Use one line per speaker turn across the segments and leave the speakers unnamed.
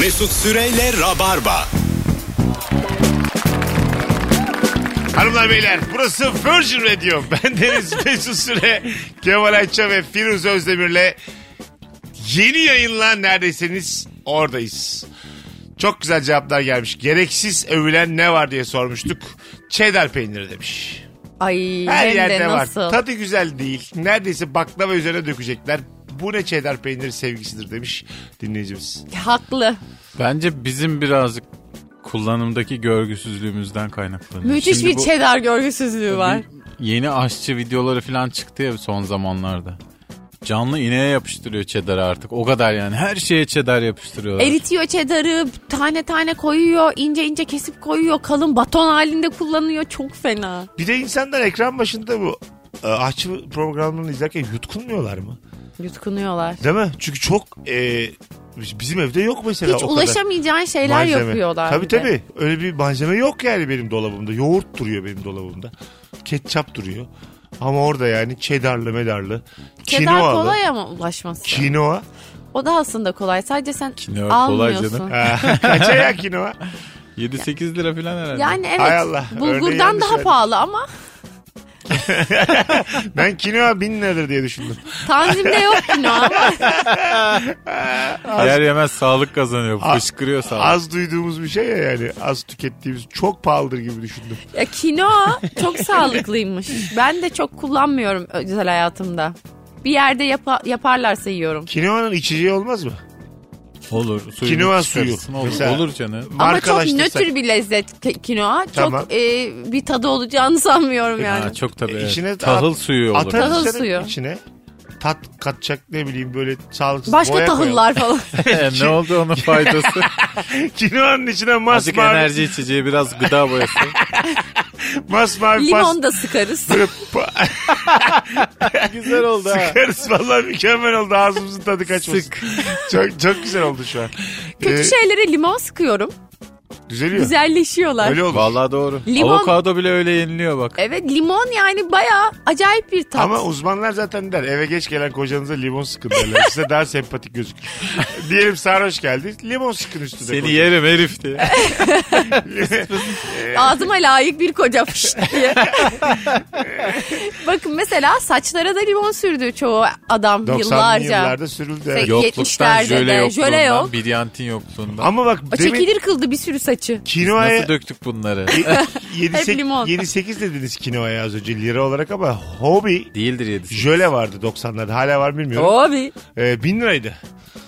Mesut Süreyle Rabarba.
Hanımlar beyler burası Virgin Radio. Ben Deniz Mesut Süre, Kemal Ayça ve Firuz Özdemir'le yeni yayınla neredesiniz oradayız. Çok güzel cevaplar gelmiş. Gereksiz övülen ne var diye sormuştuk. Cheddar peyniri demiş.
Ay
Her
hem
yerde
de
var.
nasıl?
Tadı güzel değil. Neredeyse baklava üzerine dökecekler. Bu ne cheddar peyniri sevgisidir demiş dinleyicimiz.
Haklı.
Bence bizim birazcık kullanımdaki görgüsüzlüğümüzden kaynaklanıyor.
Müthiş
Şimdi
bir
bu
çedar görgüsüzlüğü var.
Yeni aşçı videoları falan çıktı ya son zamanlarda. Canlı ineğe yapıştırıyor çedarı artık. O kadar yani. Her şeye çedar yapıştırıyorlar.
Eritiyor çedarı, tane tane koyuyor, ince ince kesip koyuyor, kalın baton halinde kullanıyor. Çok fena.
Bir de insanlar ekran başında bu e, aşçı programını izlerken yutkunmuyorlar mı?
Yutkunuyorlar.
Değil mi? Çünkü çok e, bizim evde yok mesela
Hiç
o kadar
ulaşamayacağın şeyler
malzeme.
yapıyorlar.
Tabii
bir de.
tabii. Öyle bir malzeme yok yani benim dolabımda. Yoğurt duruyor benim dolabımda. Ketçap duruyor. Ama orada yani çedarlı medarlı.
Çedar
Kinoalı.
kolay ama ulaşması.
Kinoa.
O da aslında kolay. Sadece sen
Kinoa kolay
almıyorsun.
canım.
Ha, Kaça ya kinoa?
7-8 lira falan herhalde.
Yani evet.
Hay Allah, örneği
Bulgurdan
yanlış
daha
verdim.
pahalı ama
Ben kinoa bin liradır diye düşündüm.
tanzimde yok kinoa ama
Yer yemez sağlık kazanıyor. Fışkırıyor sağlık.
Az duyduğumuz bir şey ya yani. Az tükettiğimiz çok pahalıdır gibi düşündüm.
Ya kinoa çok sağlıklıymış. Ben de çok kullanmıyorum özel hayatımda. Bir yerde yapa- yaparlarsa yiyorum.
Kinoanın içeceği olmaz mı?
Olur. Suyu
Kinoa suyu.
Olur,
Mesela-
olur canım.
Ama çok
Markalaştırsak.
nötr bir lezzet ki- kinoa.
Tamam.
Çok e, bir tadı olacağını sanmıyorum yani.
Ha, çok tabii.
E,
evet.
içine
tahıl
at-
suyu olur.
Atarız
Tahıl
canım
suyu.
içine. Tat katacak ne bileyim böyle sağlıksız
Başka
boya koyalım.
tahıllar falan.
E, ne oldu onun faydası?
Kinoanın içine
Azıcık
masmavi,
enerji içeceği biraz gıda boyası.
masmavi pasta.
Limon da sıkarız.
Böyle pa-
Güzel oldu ha.
Karısı vallahi mükemmel oldu. Ağzımızın tadı kaçmasın.
Sık.
Çok, çok güzel oldu şu an.
Kötü şey-
Ee,
şeylere limon sıkıyorum.
Düzeliyor.
Güzelleşiyorlar.
Öyle olur.
Vallahi doğru.
Limon-
Avokado bile öyle yeniliyor bak.
Evet limon yani bayağı acayip bir tat.
Ama uzmanlar zaten der eve geç gelen kocanıza limon sıkın derler. Size daha sempatik gözükür. Diyelim sarhoş geldi. Limon sıkın üstüne.
Seni yerim herif diye.
Ağzıma layık bir koca fış diye. Bakın mesela saçlara da limon sürdü çoğu adam
90'lı
yıllarca.
yıllarda sürüldü. evet.
Peki.
Yokluktan
70'lerde
jöle
de,
yokluğundan,
jöle yok.
brilyantin yokluğundan.
Ama bak
O
demin
çekilir kıldı bir sürü saçı.
kinoaya
Nasıl döktük bunları?
7
Hep limon.
8 dediniz kinoaya az önce lira olarak ama hobi
Değildir yedisi.
jöle vardı 90'larda hala var mı bilmiyorum.
Abi.
Ee, 1000 liraydı.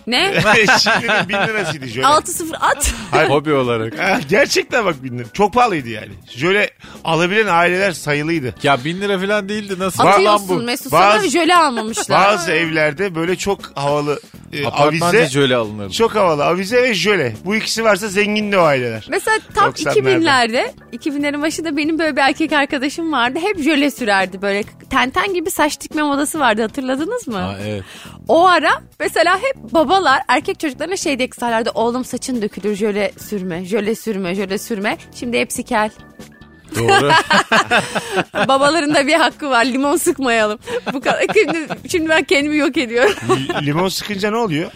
Ne?
Şimdinin 1000 lirasıydı jöle.
6-0 at.
Hobi olarak.
Ha, Gerçekten bak bin lira. Çok pahalıydı yani. Jöle alabilen aileler sayılıydı.
Ya bin lira falan değildi nasıl? lan
Atıyorsun
bu?
Mesut
Bazı-
sana jöle almamışlar.
Bazı evlerde böyle çok havalı e,
Apartmanda
avize.
jöle alınırdı.
Çok havalı avize ve jöle. Bu ikisi varsa zengin de o aileler.
Mesela tam
90'larda.
2000'lerde 2000'lerin başında benim böyle bir erkek arkadaşım vardı. Hep jöle sürerdi böyle tenten gibi saç dikme modası vardı hatırladınız mı?
Ha, evet.
O ara mesela hep babalar erkek çocuklarına şey diye kızarlardı. Oğlum saçın dökülür jöle sürme, jöle sürme, jöle sürme. Şimdi hepsi kel.
Doğru.
Babaların da bir hakkı var limon sıkmayalım. Bu kadar. Şimdi, şimdi ben kendimi yok ediyorum.
L- Limon sıkınca ne oluyor?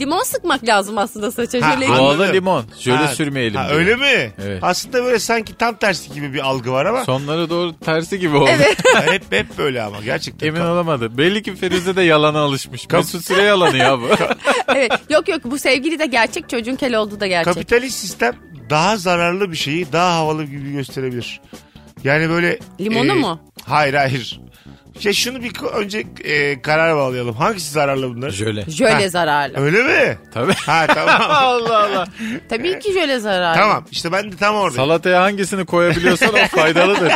limon sıkmak lazım aslında saça.
Ha,
jöle
anladım.
Doğada limon. Jöle
Ha,
sürmeyelim.
ha,
diyor.
öyle mi?
Evet.
Aslında böyle sanki tam tersi gibi bir algı var ama
Sonlara doğru tersi gibi oldu.
hep hep böyle ama gerçekten.
Emin olamadı. Belli ki Firuze de yalana alışmış. Mesut Süre yalanı ya bu.
evet. Yok yok bu sevgili de gerçek çocuğun kel olduğu da gerçek.
Kapitalist sistem daha zararlı bir şeyi daha havalı gibi gösterebilir. Yani böyle...
Limonu
e,
mu?
Hayır hayır. Ya şunu bir ko- önce e, karar bağlayalım. Hangisi zararlı bunlar?
Jöle.
Jöle
Ha.
zararlı.
Öyle mi?
Tabii.
Ha tamam.
Allah Allah.
Tabii ki jöle zararlı.
tamam işte ben de tam oradayım.
Salataya hangisini koyabiliyorsan o faydalıdır.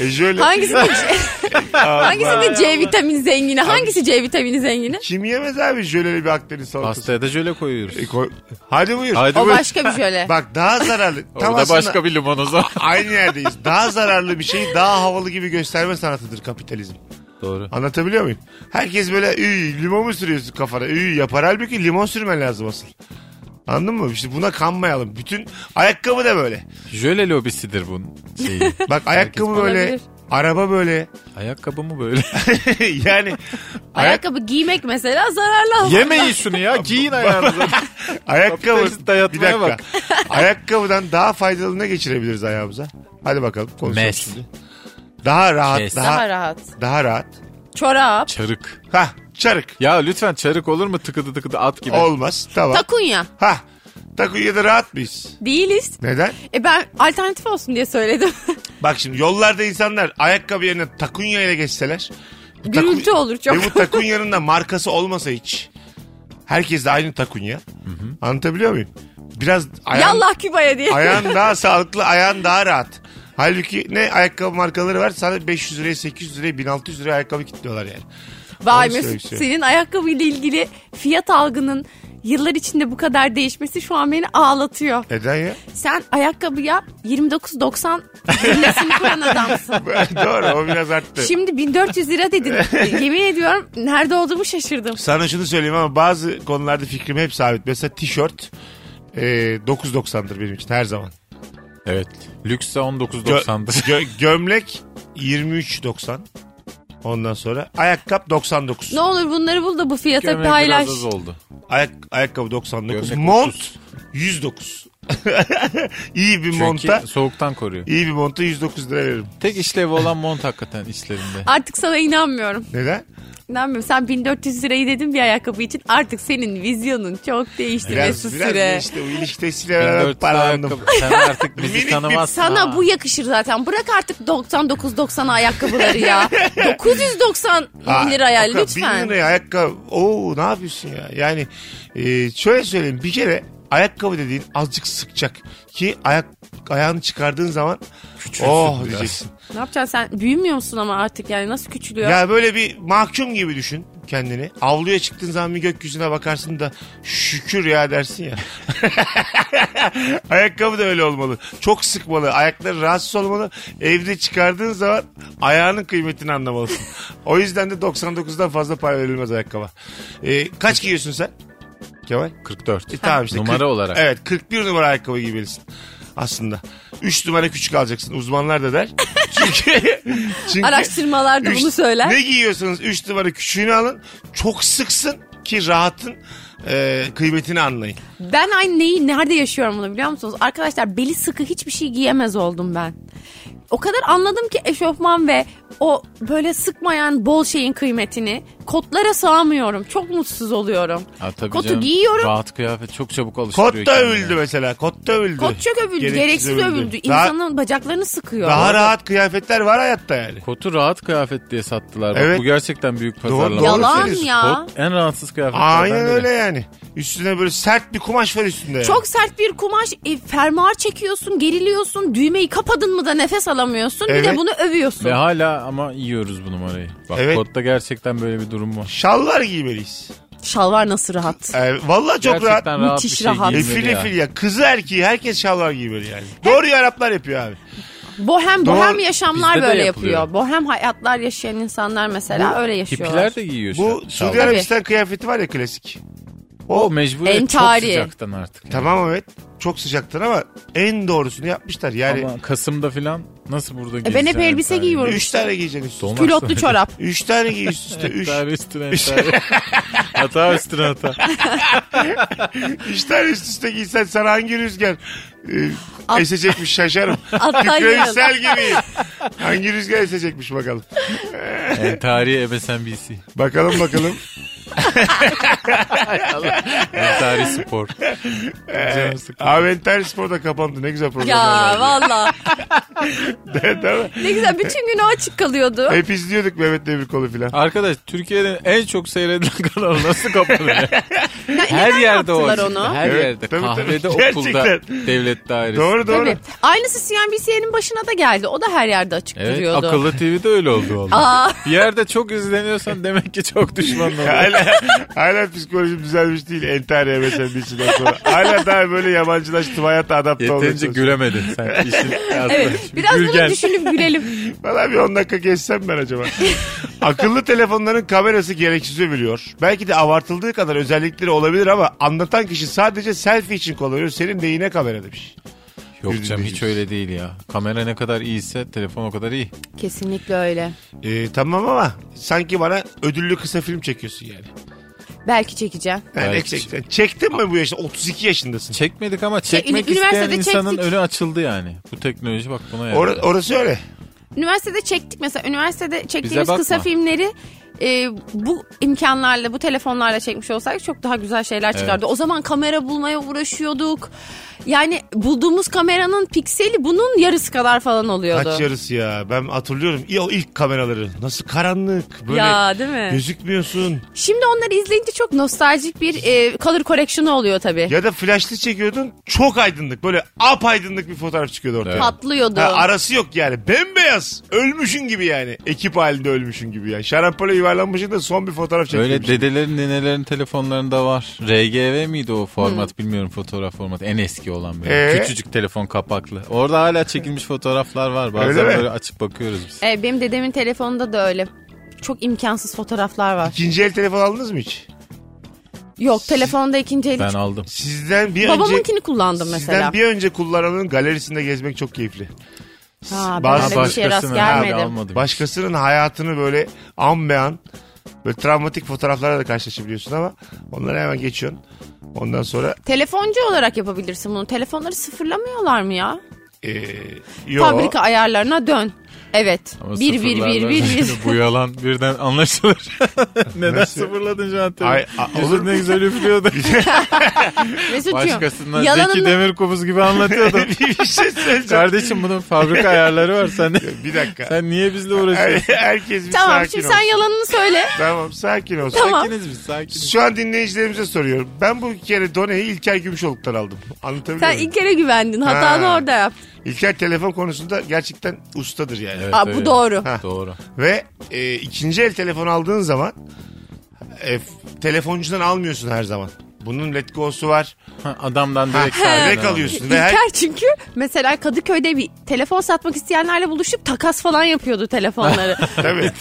E, şöyle.
Hangisinde, hangisinde
Allah.
C vitamini zengini? Hangisi C vitamini zengini?
Kim yemez abi jöleli bir Akdeniz salatası?
Pastaya da jöle koyuyoruz.
E, koy- Hadi buyur.
Hadi
O
buyur.
başka bir jöle.
Bak daha zararlı. tam
Orada
aslında
başka bir limon o zaman.
aynı yerdeyiz. Daha zararlı bir şeyi daha havalı gibi gösterme sanatıdır kapitalizm.
Doğru.
Anlatabiliyor muyum? Herkes böyle "Üy, limon mu sürüyorsun kafana? Üy, yapar halbuki limon sürmen lazım asıl. Anladın mı? İşte buna kanmayalım. Bütün ayakkabı da böyle.
Jöle lobisidir bunun şeyi.
Bak ayakkabı böyle
Olabilir.
Araba böyle.
Ayakkabı mı böyle?
yani ayak,
Ayakkabı giymek mesela zararlı. aslında.
Yemeyin şunu ya. Giyin ayağınıza.
ayakkabı
Kapitalist dayatmaya
bir dakika. Ayakkabıdan daha faydalı ne geçirebiliriz ayağımıza? Hadi bakalım konuşalım
Mes.
şimdi. Daha rahat,
Kes.
daha,
Daha
daha,
rahat.
rahat.
Çorap.
Çarık.
Ha, çarık.
Ya lütfen çarık olur mu tıkıdı tıkıdı at gibi.
Olmaz. Tamam.
Takunya.
ha. Takuya da rahat mıyız?
Değiliz.
Neden?
E ben alternatif olsun diye söyledim.
Bak şimdi yollarda insanlar ayakkabı yerine takunya ile geçseler. bu
Gürültü
taku-
olur çok.
Ve E bu takunyanın da markası olmasa hiç. Herkes de aynı takunya. Anlatabiliyor muyum? Biraz ayağın,
Yallah Küba'ya diye.
ayağın daha sağlıklı, ayağın daha rahat. Halbuki ne ayakkabı markaları var sana 500 liraya, 800 liraya, 1600 liraya ayakkabı kitliyorlar yani.
Vay
Onu
Mesut
söyleyeceğim.
senin ayakkabıyla ilgili fiyat algının yıllar içinde bu kadar değişmesi şu an beni ağlatıyor.
Neden ya?
Sen ayakkabıya 29.90 cümlesini kuran adamsın.
Doğru o biraz arttı.
Şimdi 1400 lira dedin. Yemin ediyorum nerede olduğumu şaşırdım.
Sana şunu söyleyeyim ama bazı konularda fikrim hep sabit. Mesela tişört e, 9.90'dır benim için her zaman.
Evet. Lüksse
Gö-
19.90'dır.
gö- gömlek 23.90. Ondan sonra ayakkabı 99.
Ne olur bunları bul da bu fiyata
Gömlek
paylaş.
biraz az oldu.
Ayak, ayakkabı 99.
Gömlek
Mont 109. iyi bir
Çünkü
monta.
soğuktan koruyor.
iyi bir monta 109 lira veririm.
Tek işlevi olan mont hakikaten işlerinde.
Artık sana inanmıyorum.
Neden?
İnanmıyorum. Sen 1400 lirayı dedin bir ayakkabı için. Artık senin vizyonun çok değişti Mesut
Biraz, biraz
Süre.
işte bu ilişkisiyle
1400
beraber
ayakkabı.
paralandım.
Sen artık
Minik
bizi
bir-
tanımazsın.
Sana
ha.
bu yakışır zaten. Bırak artık 99.90 ayakkabıları ya. 990
Aa,
liraya
o kadar- Bin
lütfen.
liraya ayakkabı. Oo ne yapıyorsun ya? Yani e, şöyle söyleyeyim. Bir kere ayakkabı dediğin azıcık sıkacak ki ayak ayağını çıkardığın zaman
Küçülsün
oh
biraz.
diyeceksin.
Ne yapacaksın sen? Büyümüyor musun ama artık yani nasıl küçülüyor?
Ya böyle bir mahkum gibi düşün kendini. Avluya çıktığın zaman bir gökyüzüne bakarsın da şükür ya dersin ya. Ayakkabı da öyle olmalı. Çok sıkmalı. Ayakları rahatsız olmalı. Evde çıkardığın zaman ayağının kıymetini anlamalısın. O yüzden de 99'dan fazla para verilmez ayakkabı. Ee, kaç giyiyorsun sen? Kemal?
44.
E, tamam işte.
Numara olarak.
Evet 41 numara ayakkabı giymelisin aslında. 3 numara küçük alacaksın. Uzmanlar da der. Çünkü, çünkü
Araştırmalar da
Üç-
bunu söyler.
Ne giyiyorsanız 3 numara küçüğünü alın. Çok sıksın ki rahatın e, kıymetini anlayın.
Ben aynı neyi nerede yaşıyorum bunu biliyor musunuz? Arkadaşlar beli sıkı hiçbir şey giyemez oldum ben. O kadar anladım ki eşofman ve o böyle sıkmayan bol şeyin kıymetini kotlara sığamıyorum. Çok mutsuz oluyorum.
Ha, tabii
Kotu
canım.
giyiyorum.
Rahat kıyafet çok çabuk alıştırıyor.
Kot da
kendini.
övüldü mesela. Kot da övüldü.
Kot çok övüldü, gereksiz, övüldü.
Daha,
İnsanın bacaklarını sıkıyor.
daha rahat kıyafetler var hayatta yani.
Kotu rahat kıyafet diye sattılar. Bak,
Evet.
bu gerçekten büyük pazarlama.
doğru
Yalan
söylüyorsun.
ya.
Kot en rahatsız kıyafetlerden
Aynen
biri.
öyle yani. Üstüne böyle sert bir kumaş var üstünde. yani.
Çok sert bir kumaş, e, fermuar çekiyorsun, geriliyorsun, düğmeyi kapadın mı da nefes alamıyorsun. Bir
Evet.
de bunu övüyorsun.
Ve hala ama yiyoruz bu numarayı. Bak
Evet.
kotta gerçekten böyle bir durum var.
Şallar giymeliyiz.
Şalvar nasıl rahat.
E, vallahi çok rahat.
gerçekten rahat,
Müthiş
bir şey
rahat.
giyilmeli
Efil
ya.
efil ya. Kızı erkeği herkes şalvar giymeli yani. Doğru Araplar yapıyor abi.
Bohem bohem
Doğru.
yaşamlar
E, Bizde de
böyle
yapılıyor.
yapıyor. Bohem hayatlar yaşayan insanlar mesela öyle yaşıyorlar.
Hippiler de giyiyor.
Bu
şal-
Suudi
şal.
Arabistan kıyafeti var ya klasik.
O mecbur çok
Entari.
sıcaktan artık. yani.
Tamam evet. Çok sıcaktan ama en doğrusunu yapmışlar. Yani
Ama Kasım'da filan nasıl burada
E
giyeceğiz?
ben hep elbise giyiyorum.
3 tane giyeceksin üst üste.
Dolma-
Külotlu çorap.
3 tane giy üst üste. 3
Entari üstüne entari. hata üstüne hata.
tane üst üste giysen sana hangi rüzgar e,
At-
esecekmiş şaşarım.
Atlar
Küresel gibi. Hangi rüzgar esecekmiş bakalım.
Entari MSNBC.
Bakalım bakalım.
Entari spor. Canım sıkıldı.
Aventer Spor da kapandı. Ne güzel program.
Ya valla.
Değil mi?
Ne güzel bütün gün o açık
E,
kalıyordu.
Hep izliyorduk Mehmet Demirkol'u filan.
Arkadaş Türkiye'nin en çok seyredilen kanalı nasıl kapanır? ya? Her yerde o.
yaptılar
açıkta,
onu?
Her
Evet,
yerde.
tabii, tabii.
Kahvede, okulda,
Gerçekten.
devlet dairesi.
Doğru doğru.
Tabii. Aynısı CNBC'nin başına da geldi. O da her yerde açık
Evet,
duruyordu.
akıllı TV'de öyle oldu
Aa.
valla. Bir yerde çok izleniyorsan demek ki çok düşmanın oluyor.
Hala, hala psikolojim düzelmiş değil. Entari MSNBC'den sonra. Hala daha böyle yabancılaştım. Hayata adapte olmaya
Yeterince
çalışıyorum.
güremedin sen. İşin
Evet. Biraz bunu düşünüp gülelim.
Valla bir 10 dakika geçsem ben acaba. Akıllı telefonların kamerası gereksiz övülüyor. Belki de abartıldığı kadar özellikleri olabilir ama anlatan kişi sadece selfie için kullanıyor. Senin de yine kamera demiş.
Yok
Bir
canım hiç
dinleyicimiz.
öyle değil ya. Kamera ne kadar iyiyse telefon o kadar iyi.
Kesinlikle öyle.
Ee, tamam ama sanki bana ödüllü kısa film çekiyorsun yani.
Belki çekeceğim.
Yani
Belki.
eksekten. Çektin mi bu yaşta? 32 yaşındasın.
Çekmedik ama çekmek isteyen
Şey, üniversitede
insanın
çektik.
önü açıldı yani. Bu teknoloji bak buna yani.
Or- orası öyle.
Üniversitede çektik mesela. Üniversitede çektiğimiz
bakma.
kısa filmleri e, bu imkanlarla, bu telefonlarla çekmiş olsaydık çok daha güzel şeyler çıkardı. O zaman kamera bulmaya uğraşıyorduk. Yani bulduğumuz kameranın pikseli bunun yarısı kadar falan oluyordu.
Kaç yarısı ya. Ben hatırlıyorum. İyi, o ilk kameraları. Nasıl karanlık. Böyle
Ya, değil mi?
Gözükmüyorsun.
Şimdi onları izleyince çok nostaljik bir e, color correction'ı oluyor tabii.
Ya da flaşlı çekiyordun. Çok aydınlık. Böyle apaydınlık bir fotoğraf çıkıyordu ortaya.
Evet.
Patlıyordu.
Ha, arası yok yani. Bembeyaz. Ölmüşün gibi yani. Ekip halinde ölmüşün gibi yani. Şarampole yuvarlanmışsın da son bir fotoğraf çekilmiş.
Öyle dedelerin ninelerin telefonlarında var. RGV miydi o format bilmiyorum fotoğraf formatı. En eski olan böyle.
Ee?
Küçücük telefon kapaklı. Orada hala çekilmiş fotoğraflar var. Bazen
Öyle mi?
böyle açıp bakıyoruz biz.
E, benim dedemin telefonunda da öyle. Çok imkansız fotoğraflar var.
İkinci el telefon aldınız mı hiç?
Yok telefonda ikinci eli.
Ben aldım.
Sizden bir önce...
Babamınkini kullandım mesela.
Sizden bir önce kullananın galerisinde gezmek çok keyifli.
Ha, ben
Bazı-
öyle bir şeye rast
Başkasının herhalde
gelmedim.
almadım.
Başkasının hayatını böyle an be an böyle travmatik fotoğraflara da karşılaşabiliyorsun ama onlara hemen geçiyorsun. Ondan sonra
Telefoncu olarak yapabilirsin bunu. Telefonları sıfırlamıyorlar mı ya?
eee yo.
Fabrika ayarlarına dön. Evet.
Ama
bir, bir, bir,
sıfırlardan
bir, bir.
Bu yalan birden anlaşılır. Neden
Nasıl?
sıfırladın şu an
Ay,
tabii.
a-
Yüzün
olur mu?
ne güzel üflüyordu.
Mesut'cum.
Başkasından
Yalanını...
Zeki Demirkubuz gibi anlatıyordu.
bir bir şey söyleyeceğim.
Kardeşim bunun fabrika ayarları var. Sen,
bir dakika.
sen niye bizle uğraşıyorsun?
Herkes bir
Tamam
sakin
şimdi
olsun.
sen yalanını söyle.
Tamam sakin olsun.
Tamam.
Sakiniz biz sakiniz.
Şu an dinleyicilerimize soruyorum. Ben bu kere doneyi İlker Gümüşoluk'tan aldım. Anlatabiliyor
Sen
muyum?
ilk kere güvendin. Hatanı
Ha.
orada yaptın.
İlker telefon konusunda gerçekten ustadır yani.
Evet,
Aa, bu
evet.
doğru.
Ha.
Doğru.
Ve e, ikinci el telefon aldığın zaman e, f- telefoncudan almıyorsun her zaman. Bunun let go'su var.
Ha, adamdan
Ha,
direkt sahiden
direkt
aldım.
alıyorsun. Ve her,
İlker çünkü mesela Kadıköy'de bir telefon satmak isteyenlerle buluşup takas falan yapıyordu telefonları.
tabii.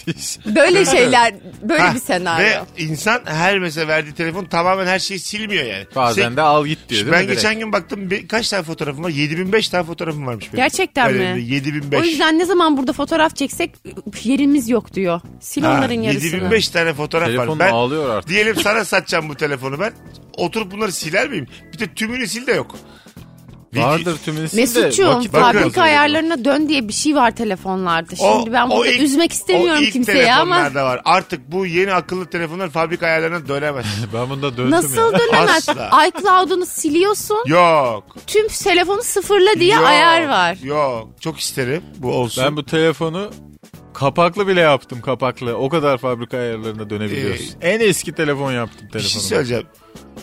böyle şeyler, böyle
Ha,
bir senaryo.
Ve insan her mesela verdiği telefon tamamen her şeyi silmiyor yani.
Bazen de al git diyor
Şey, Şimdi
değil
ben
mi? direkt?
geçen gün baktım bir- kaç tane fotoğrafım var? 7005 tane fotoğrafım varmış benim.
Gerçekten mi?
Galerimde 7005.
O yüzden ne zaman burada fotoğraf çeksek yerimiz yok diyor. Sil
Ha,
onların yarısını.
7005 tane fotoğraf var.
Telefon
Ben
ağlıyor artık.
diyelim sana satacağım bu telefonu ben. Oturup bunları siler miyim? Bir de tümünü sil de yok. Video-
Vardır tümünü sil de
Mesut'cuğum
vakit
bakıyoruz.
fabrika ayarlarına dön diye bir şey var telefonlarda. Şimdi ben burada
ilk-
üzmek
o
istemiyorum
ilk
kimseyi ama
telefonlarda var. Artık bu yeni akıllı telefonlar fabrika ayarlarına dönemez.
Ben bunda döndüm
nasıl
ya.
dönemez?
Asla.
iCloud'unu siliyorsun
yok.
tüm telefonu sıfırla diye
yok,
ayar var.
Yok. Çok isterim bu olsun.
Ben bu telefonu kapaklı bile yaptım kapaklı. O kadar fabrika ayarlarına dönebiliyorsun. en eski telefon yaptım
Ee, bir şey
telefonu.
söyleyeceğim.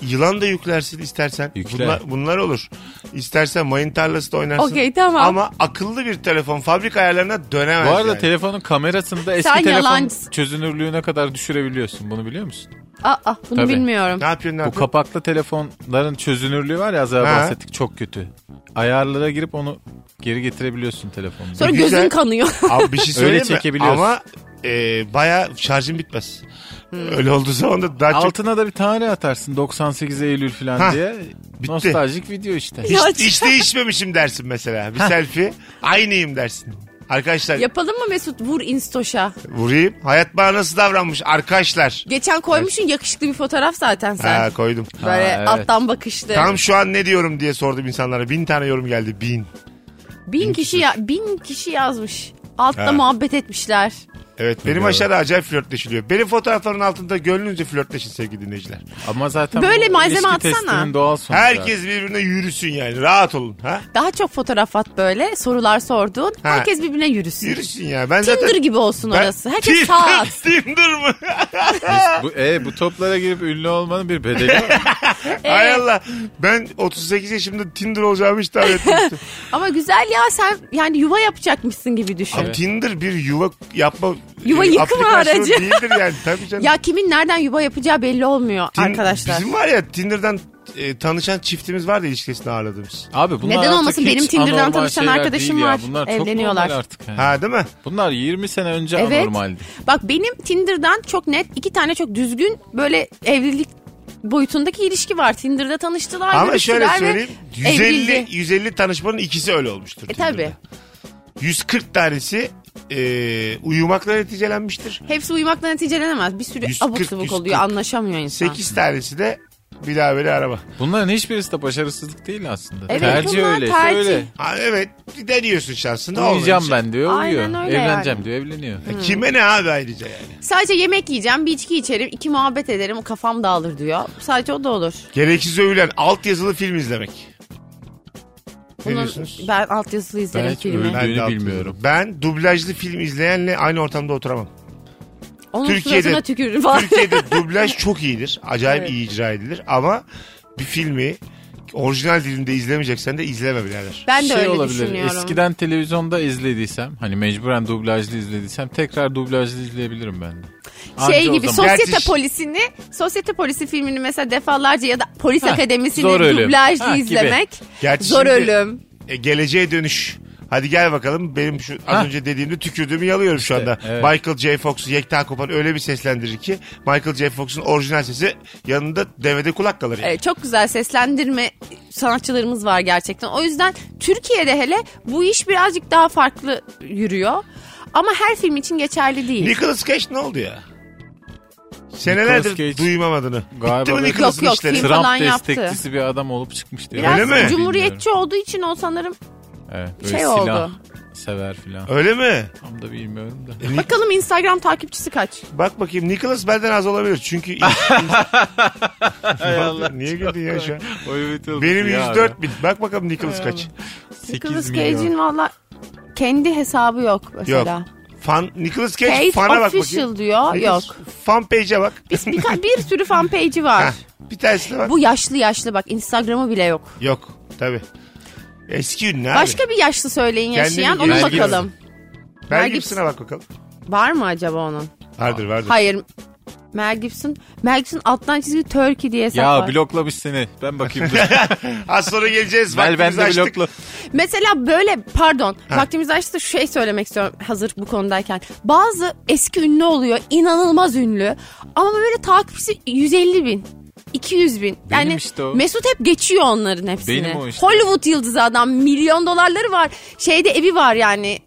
Yılan da yüklersin istersen.
Yükle.
Bunlar, bunlar olur. İstersen mayın tarlası da oynarsın.
Okey, tamam.
Ama akıllı bir telefon fabrika ayarlarına
Bu
dönemez.
arada
yani.
telefonun kamerasını da eski
Sen
telefon
yalancısın.
çözünürlüğüne kadar düşürebiliyorsun. Bunu biliyor musun?
Aa bunu
Tabii.
bilmiyorum.
ne yapıyorsun ne
Bu
yapıyorsun?
kapaklı telefonların çözünürlüğü var ya az evvel
Ha.
bahsettik çok kötü. Ayarlara girip onu geri getirebiliyorsun telefonunu.
Sonra
Güzel.
gözün kanıyor.
Abi bir şey
Öyle
söyleyeyim mi?
çekebiliyorsun.
Ama e, baya şarjın bitmez.
Hmm.
Öyle olduğu zaman da daha çok
Altına da bir tarih atarsın 98 Eylül falan
Hah,
diye.
bitti.
Nostaljik video işte.
Ya
hiç, hiç değişmemişim dersin mesela. Bir selfie. Aynıyım dersin. Arkadaşlar
Yapalım mı Mesut vur instoşa?
Vurayım. Hayat bana nasıl davranmış arkadaşlar.
Geçen koymuşsun yakışıklı bir fotoğraf zaten sen.
Ha koydum.
Böyle
Ha, evet.
alttan bakışlı.
Tam şu an ne diyorum diye sordum insanlara. Bin tane yorum geldi. Bin.
Bin kişi ya, bin kişi yazmış. Altta
Ha.
muhabbet etmişler.
Evet benim
Evet.
aşağıda acayip flörtleşiliyor. Benim fotoğrafların altında gönlünüzce flörtleşin sevgili dinleyiciler.
Ama zaten
Böyle
bu
malzeme
ilişki
atsana.
testinin doğal sonucu.
Herkes birbirine yürüsün yani. Rahat olun. Ha?
Daha çok fotoğraf at böyle. Sorular sorduğun.
Ha.
Herkes birbirine yürüsün.
Yürüsün ya. Ben
Tinder
zaten...
gibi olsun
Ben-
orası. Herkes sağ
Tinder,
atsın.
Tinder mı?
Bu, e, bu toplara girip ünlü olmanın bir bedeli var.
Hay Allah. Ben 38 yaşımda Tinder olacağımı hiç tahmin etmemiştim.
Ama güzel ya sen yani yuva yapacakmışsın gibi düşün.
Abi Tinder bir yuva yapma
Yuva
e,
yıkma
aplikasyonu
aracı.
değildir yani. Tabii canım.
Ya kimin nereden yuva yapacağı belli olmuyor
Tin-
arkadaşlar.
Bizim var ya Tinder'dan e, tanışan çiftimiz var da ilişkisini ağırladığımız.
Abi bunlar
Neden
artık
olmasın?
hiç
Benim Tinder'dan
anormal
tanışan
şeyler
arkadaşım
değil ya.
var.
Bunlar
Evleniyorlar.
çok normal artık. yani.
Ha değil mi?
Bunlar 20 sene önce
Evet.
anormaldi.
Bak benim Tinder'dan çok net iki tane çok düzgün böyle evlilik boyutundaki ilişki var. Tinder'da tanıştılar.
Ama
görüştüler
şöyle
ve
söyleyeyim. 150,
evrildi.
150 tanışmanın ikisi öyle olmuştur.
E
Tinder'da.
tabi.
140 tanesi e, uyumakla neticelenmiştir.
Hepsi uyumakla neticelenemez. Bir sürü
140,
abuk subuk
140.
oluyor. Anlaşamıyor insan.
8 tanesi de bir daha böyle araba.
Bunların hiçbirisi de başarısızlık değil aslında.
Evet,
tercih
bunlar
öyle.
tercih.
öyle.
Ha, evet bir deniyorsun şansını.
Uyuyacağım
olmayınca.
ben diyor uyuyor.
Aynen öyle
Evleneceğim
yani.
diyor evleniyor.
Kime ne abi ayrıca yani.
Sadece yemek yiyeceğim, bir içki içerim, iki muhabbet ederim, kafam dağılır diyor. Sadece o da olur.
Gereksiz övülen altyazılı film izlemek. Ne
Bunun,
diyorsunuz?
ben altyazılı izlerim
hiç
filmi.
öyle-
de
Düğünü
altyazılı.
bilmiyorum.
Ben dublajlı film izleyenle aynı ortamda oturamam.
Onun
Türkiye'de-
suratına tükürür
Oh.
falan.
Türkiye'de dublaj çok iyidir. Acayip
Evet.
iyi icra edilir ama bir filmi orijinal dilinde izlemeyeceksen de izleme birader.
Ben de
şey
öyle
olabilir.
düşünüyorum.
Eskiden televizyonda izlediysem hani mecburen dublajlı izlediysem tekrar dublajlı izleyebilirim ben de.
şey
Anca o
gibi
zaman.
sosyete
Gerçi-
polisini sosyete polisi filmini mesela defalarca ya da polis
Heh,
akademisini
Zor Ölüm.
dublajlı
Ha, gibi.
izlemek
Gerçi
zor
şimdi-
ölüm.
E, geleceğe dönüş. Hadi gel bakalım benim şu az
Hah.
önce dediğimde tükürdüğümü yalıyorum şu anda.
evet.
Michael J. Fox'u Yekta Kopan öyle bir seslendirir ki Michael J. Fox'un orijinal sesi yanında devede kulak kalır. yani.
Ee, çok güzel seslendirme sanatçılarımız var gerçekten. O yüzden Türkiye'de hele bu iş birazcık daha farklı yürüyor. Ama her film için geçerli değil.
Nicolas Cage ne oldu ya?
Nicolas
Senelerdir
Cage-
duymam adını.
Galiba
Bitti mi
böyle-
Nicolas'ın
Yok, yok,
işleri?
film- falan
Trump
yaptı.
destekçisi bir adam olup çıkmış diye.
Biraz
Öyle mi?
cumhuriyetçi olduğu için o sanırım.
Evet, böyle
şey
silah
oldu.
sever filan.
Öyle mi?
Tam da bilmiyorum da.
Bakalım Instagram takipçisi kaç?
Bak bakayım Nicholas benden az olabilir. Çünkü... Niye güldün ya şu an? Benim 104 bin. Bak bakalım Nicholas kaç.
Nicolas Cage'in valla kendi hesabı yok
Yok.
mesela.
Fan, Nicholas Cage
Page
fana bak bakayım.
official diyor.
Nicolas-
Yok.
Fan page'e bak.
Bir, bir, bir sürü fan page'i
Heh,
var.
bir tanesine bak.
Bu yaşlı yaşlı bak Instagram'ı bile yok.
Yok tabi. Eski ünlü abi.
Başka bir yaşlı söyleyin yaşayan
Kendini
ona
geliştir-
bakalım.
Mel
Mel
Gibson'a bak bakalım.
Var mı acaba onun?
Vardır vardır.
Hayır. Mel Gibson. Mel Gibson alttan çizgi Turkey diye hesap
Ya
var.
bloklamış seni. Ben bakayım. dur.
Az sonra geleceğiz.
Mel
Vaktimizi
bende
açtık.
bloklu.
Mesela böyle pardon vaktimiz açtı şu şey söylemek istiyorum hazır bu konudayken. Bazı eski ünlü oluyor inanılmaz ünlü ama böyle takipçisi 150 bin. 200 bin.
Benim
yani
işte o.
Mesut hep geçiyor onların hepsini.
Benim o işte.
Hollywood yıldızı adam milyon dolarları var. Şeyde evi var yani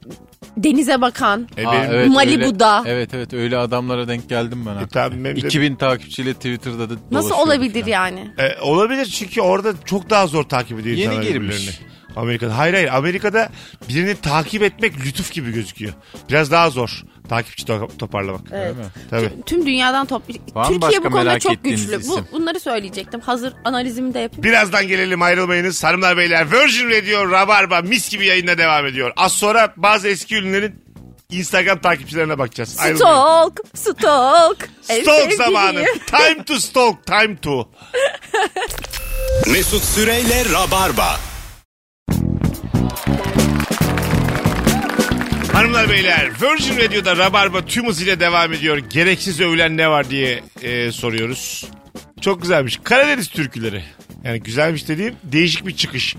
denize bakan.
E,
Aa,
benim-
evet,
Malibu'da.
Öyle, evet evet öyle adamlara denk geldim ben artık.
E, tamam, benim de-
2000 takipçiyle Twitter'da da
Nasıl
dolaşıyorum
olabilir
falan.
yani?
E, olabilir çünkü orada çok daha zor takip ediyor
Yeni
insanlar
girmiş.
birbirlerini. Amerika'da. Hayır hayır Amerika'da birini takip etmek lütuf gibi gözüküyor. Biraz daha zor takipçi to- toparlamak.
Evet.
Tabii.
Tüm dünyadan top.
Var mı
Türkiye
başka
bu konuda
merak
çok
ettiğiniz
güçlü. Bu,
isim?
bunları söyleyecektim. Hazır analizimi de yapayım.
Birazdan gelelim ayrılmayınız. Hanımlar beyler Virgin Radio Rabarba mis gibi yayında devam ediyor. Az sonra bazı eski ünlülerin Instagram takipçilerine bakacağız. Ayrılmayın.
Stalk, stalk. En
Stalk
sevdiğim.
zamanı. Time to stalk. Time to.
Mesut Süreyle Rabarba.
Hanımlar beyler Virgin Radio'da Rabarba tüm hızıyla devam ediyor. Gereksiz övülen ne var diye e, soruyoruz. Çok güzelmiş. Karadeniz türküleri. Yani güzelmiş dediğim değişik bir çıkış.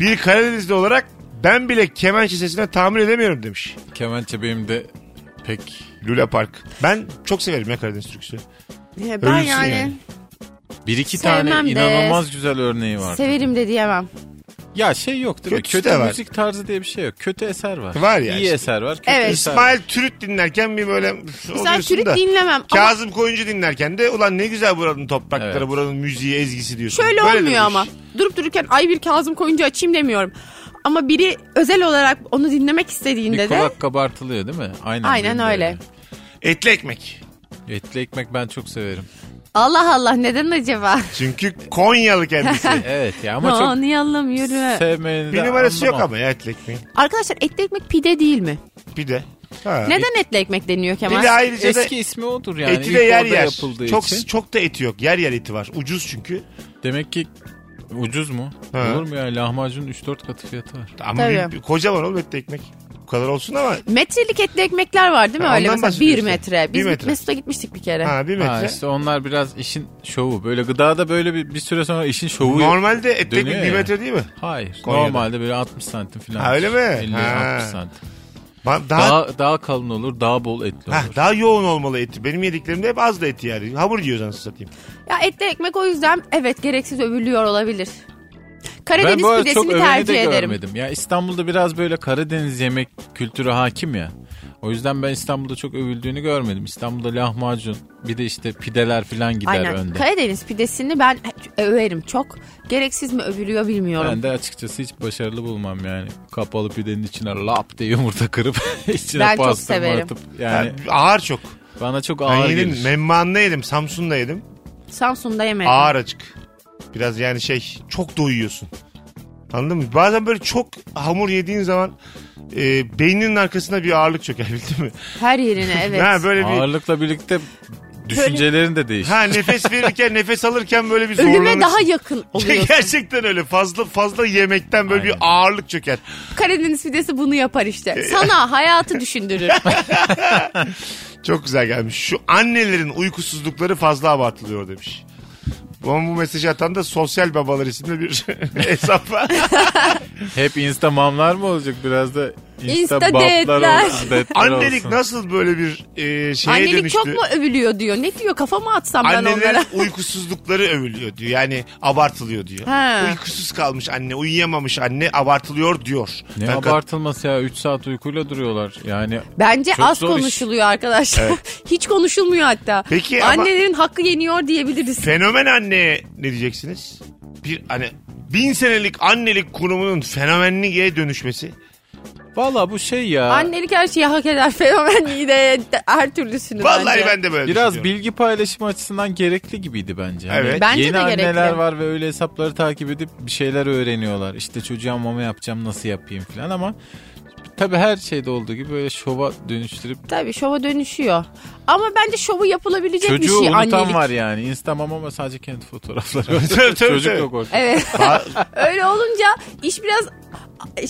Bir Karadenizli olarak ben bile kemençe sesine tahammül edemiyorum demiş
Kemençe benim de pek
Lula Park. Ben çok severim ya Karadeniz türküsü.
Ya Ben
Ölürsün
şey
yani,
yani.
bir iki
Sevmem
tane
de.
inanılmaz güzel örneği var.
severim de diyemem.
Ya şey yok değil mi?
Kötüsü
Kötü
de var.
müzik tarzı diye bir şey yok. Kötü eser var.
Var ya
İyi
işte.
eser var. Kötü
Evet.
eser var.
İsmail Türüt dinlerken bir böyle üf,
Güzel
oluyorsun
türü
da.
dinlemem. Ama
Kazım Koyuncu dinlerken de ulan ne güzel buranın toprakları,
Evet.
buranın müziği, ezgisi diyorsun.
şöyle
Böyle şey.
olmuyor
demiş.
ama. Durup dururken ay bir Kazım Koyuncu açayım demiyorum. Ama biri özel olarak onu dinlemek istediğinde
Bir
de
kulak kabartılıyor değil mi? Aynen,
Aynen
benim de
öyle.
Etli ekmek.
Etli ekmek ben çok severim.
Allah Allah neden acaba?
Çünkü Konyalı kendisi.
Evet ya ama çok
Aman yalım yürü.
sevmeyeni
bir
de
numarası yok
anlamam.
ama ya etli ekmeğin.
Arkadaşlar etli ekmek pide değil mi?
Bir de. Ha.
Neden etli ekmek deniyor Kemal?
Bir de ayrıca
Eski
da
ismi odur yani.
eti
İlk
de yer
orada
yer.
yapıldığı
Çok
için.
çok da eti yok. Yer yer eti var. Ucuz çünkü.
Demek ki ucuz mu?
Ha.
Olur mu ya? Lahmacun 3-4 katı fiyatı var.
Ama
Tabii.
bir- bir- kocaman oğlum etli ekmek. Bu kadar olsun ama
Metrelik etli ekmekler var değil mi
Ha,
öyle
ondan
mesela bir
bahsediyorsun.
metre. Biz
Bir metre.
Mesut'a gitmiştik bir kere.
ha, bir metre.
Ha, işte onlar biraz işin şovu. Böyle gıdada böyle bir, bir süre sonra işin şovu.
Normalde etli ekmek
Dönüyor
bir
ya.
metre değil mi?
Hayır.
Konya'da.
Normalde böyle 60 santim falan.
Ha, öyle mi? Ha.
50-60 santim.
Ba- Daha,
Daha daha kalın olur, daha bol etli
Heh,
olur.
daha yoğun olmalı eti. Benim yediklerimde hep az da eti yani. Hamur yiyoruz anasını satayım.
Ya etli ekmek o yüzden evet gereksiz övülüyor olabilir.
Ben
Karadeniz
bu arada çok
pidesini
öveni
tercih
de
ederim.
görmedim. Ya İstanbul'da biraz böyle Karadeniz yemek kültürü hakim ya. O yüzden ben İstanbul'da çok övüldüğünü görmedim. İstanbul'da lahmacun, bir de işte pideler falan gider
Aynen.
önde.
Karadeniz pidesini ben överim çok. Gereksiz mi övülüyor bilmiyorum.
Ben de açıkçası hiç başarılı bulmam yani. Kapalı pidenin içine lap diye yumurta kırıp içine
Ben çok
pastırma
severim.
atıp yani
Ha, ağır çok.
bana çok
Ben
ağır
yedim.
gelir.
Memman'da yedim. Samsun'da yedim.
Samsun'da yemedim.
Ağır açık. Biraz yani şey çok doyuyorsun. Anladın mı? Bazen böyle çok hamur yediğin zaman e, beyninin arkasına bir ağırlık çöker bildin mi?
Her yerine evet.
Ha böyle bir
Ağırlıkla birlikte düşüncelerin de değişir.
ha nefes verirken nefes alırken böyle bir zorlanırsın.
Ölüme daha yakın oluyorsun.
Gerçekten öyle. Fazla fazla yemekten böyle bir
Aynen.
ağırlık çöker.
Karadeniz pidesi bunu yapar işte. Sana hayatı düşündürür.
Çok güzel gelmiş. Şu annelerin uykusuzlukları fazla abartılıyor demiş. Ama bu mesajı atan da sosyal babalar isimli bir hesap var.
Hep insta mamlar mı olacak biraz da insta,
Insta
bablar
date'ler.
olsun, date'ler
Annelik
olsun.
nasıl böyle bir e, şeye
Annelik
dönüştü?
çok mu övülüyor diyor. Ne diyor kafama atsam ben onlara.
Annelerin uykusuzlukları övülüyor diyor. Yani abartılıyor diyor.
Ha.
Uykusuz kalmış anne, uyuyamamış anne abartılıyor diyor.
Ne
Ben kat-
abartılması ya 3 saat uykuyla duruyorlar. Yani
Bence
Çok
az
zor iş.
konuşuluyor arkadaşlar. Hiç konuşulmuyor hatta.
Peki ama-
Annelerin hakkı yeniyor diyebiliriz.
Fenomen anneye ne diyeceksiniz? Bir hani bin senelik annelik kurumunun fenomenliğe dönüşmesi.
valla bu şey ya.
Annelik her şeyi hak eder. Fenomen iyi de her türlüsünü
Vallahi
bence.
ben de böyle
Biraz
düşünüyorum.
bilgi paylaşımı açısından gerekli gibiydi bence. Hani
Evet.
Bence
yeni
de gerekli.
anneler var ve öyle hesapları takip edip bir şeyler öğreniyorlar. İşte çocuğa mama yapacağım nasıl yapayım falan ama tabii her şeyde olduğu gibi böyle şova dönüştürüp
Tabii şova dönüşüyor. Ama bence şovu yapılabilecek
çocuğu
bir şey
unutan
annelik.
var yani. Insta mama ama sadece kendi fotoğrafları. var.
Tabii, tabii,
Çocuk
tabii.
yok ortada.
Evet.
Ba-
Öyle olunca iş biraz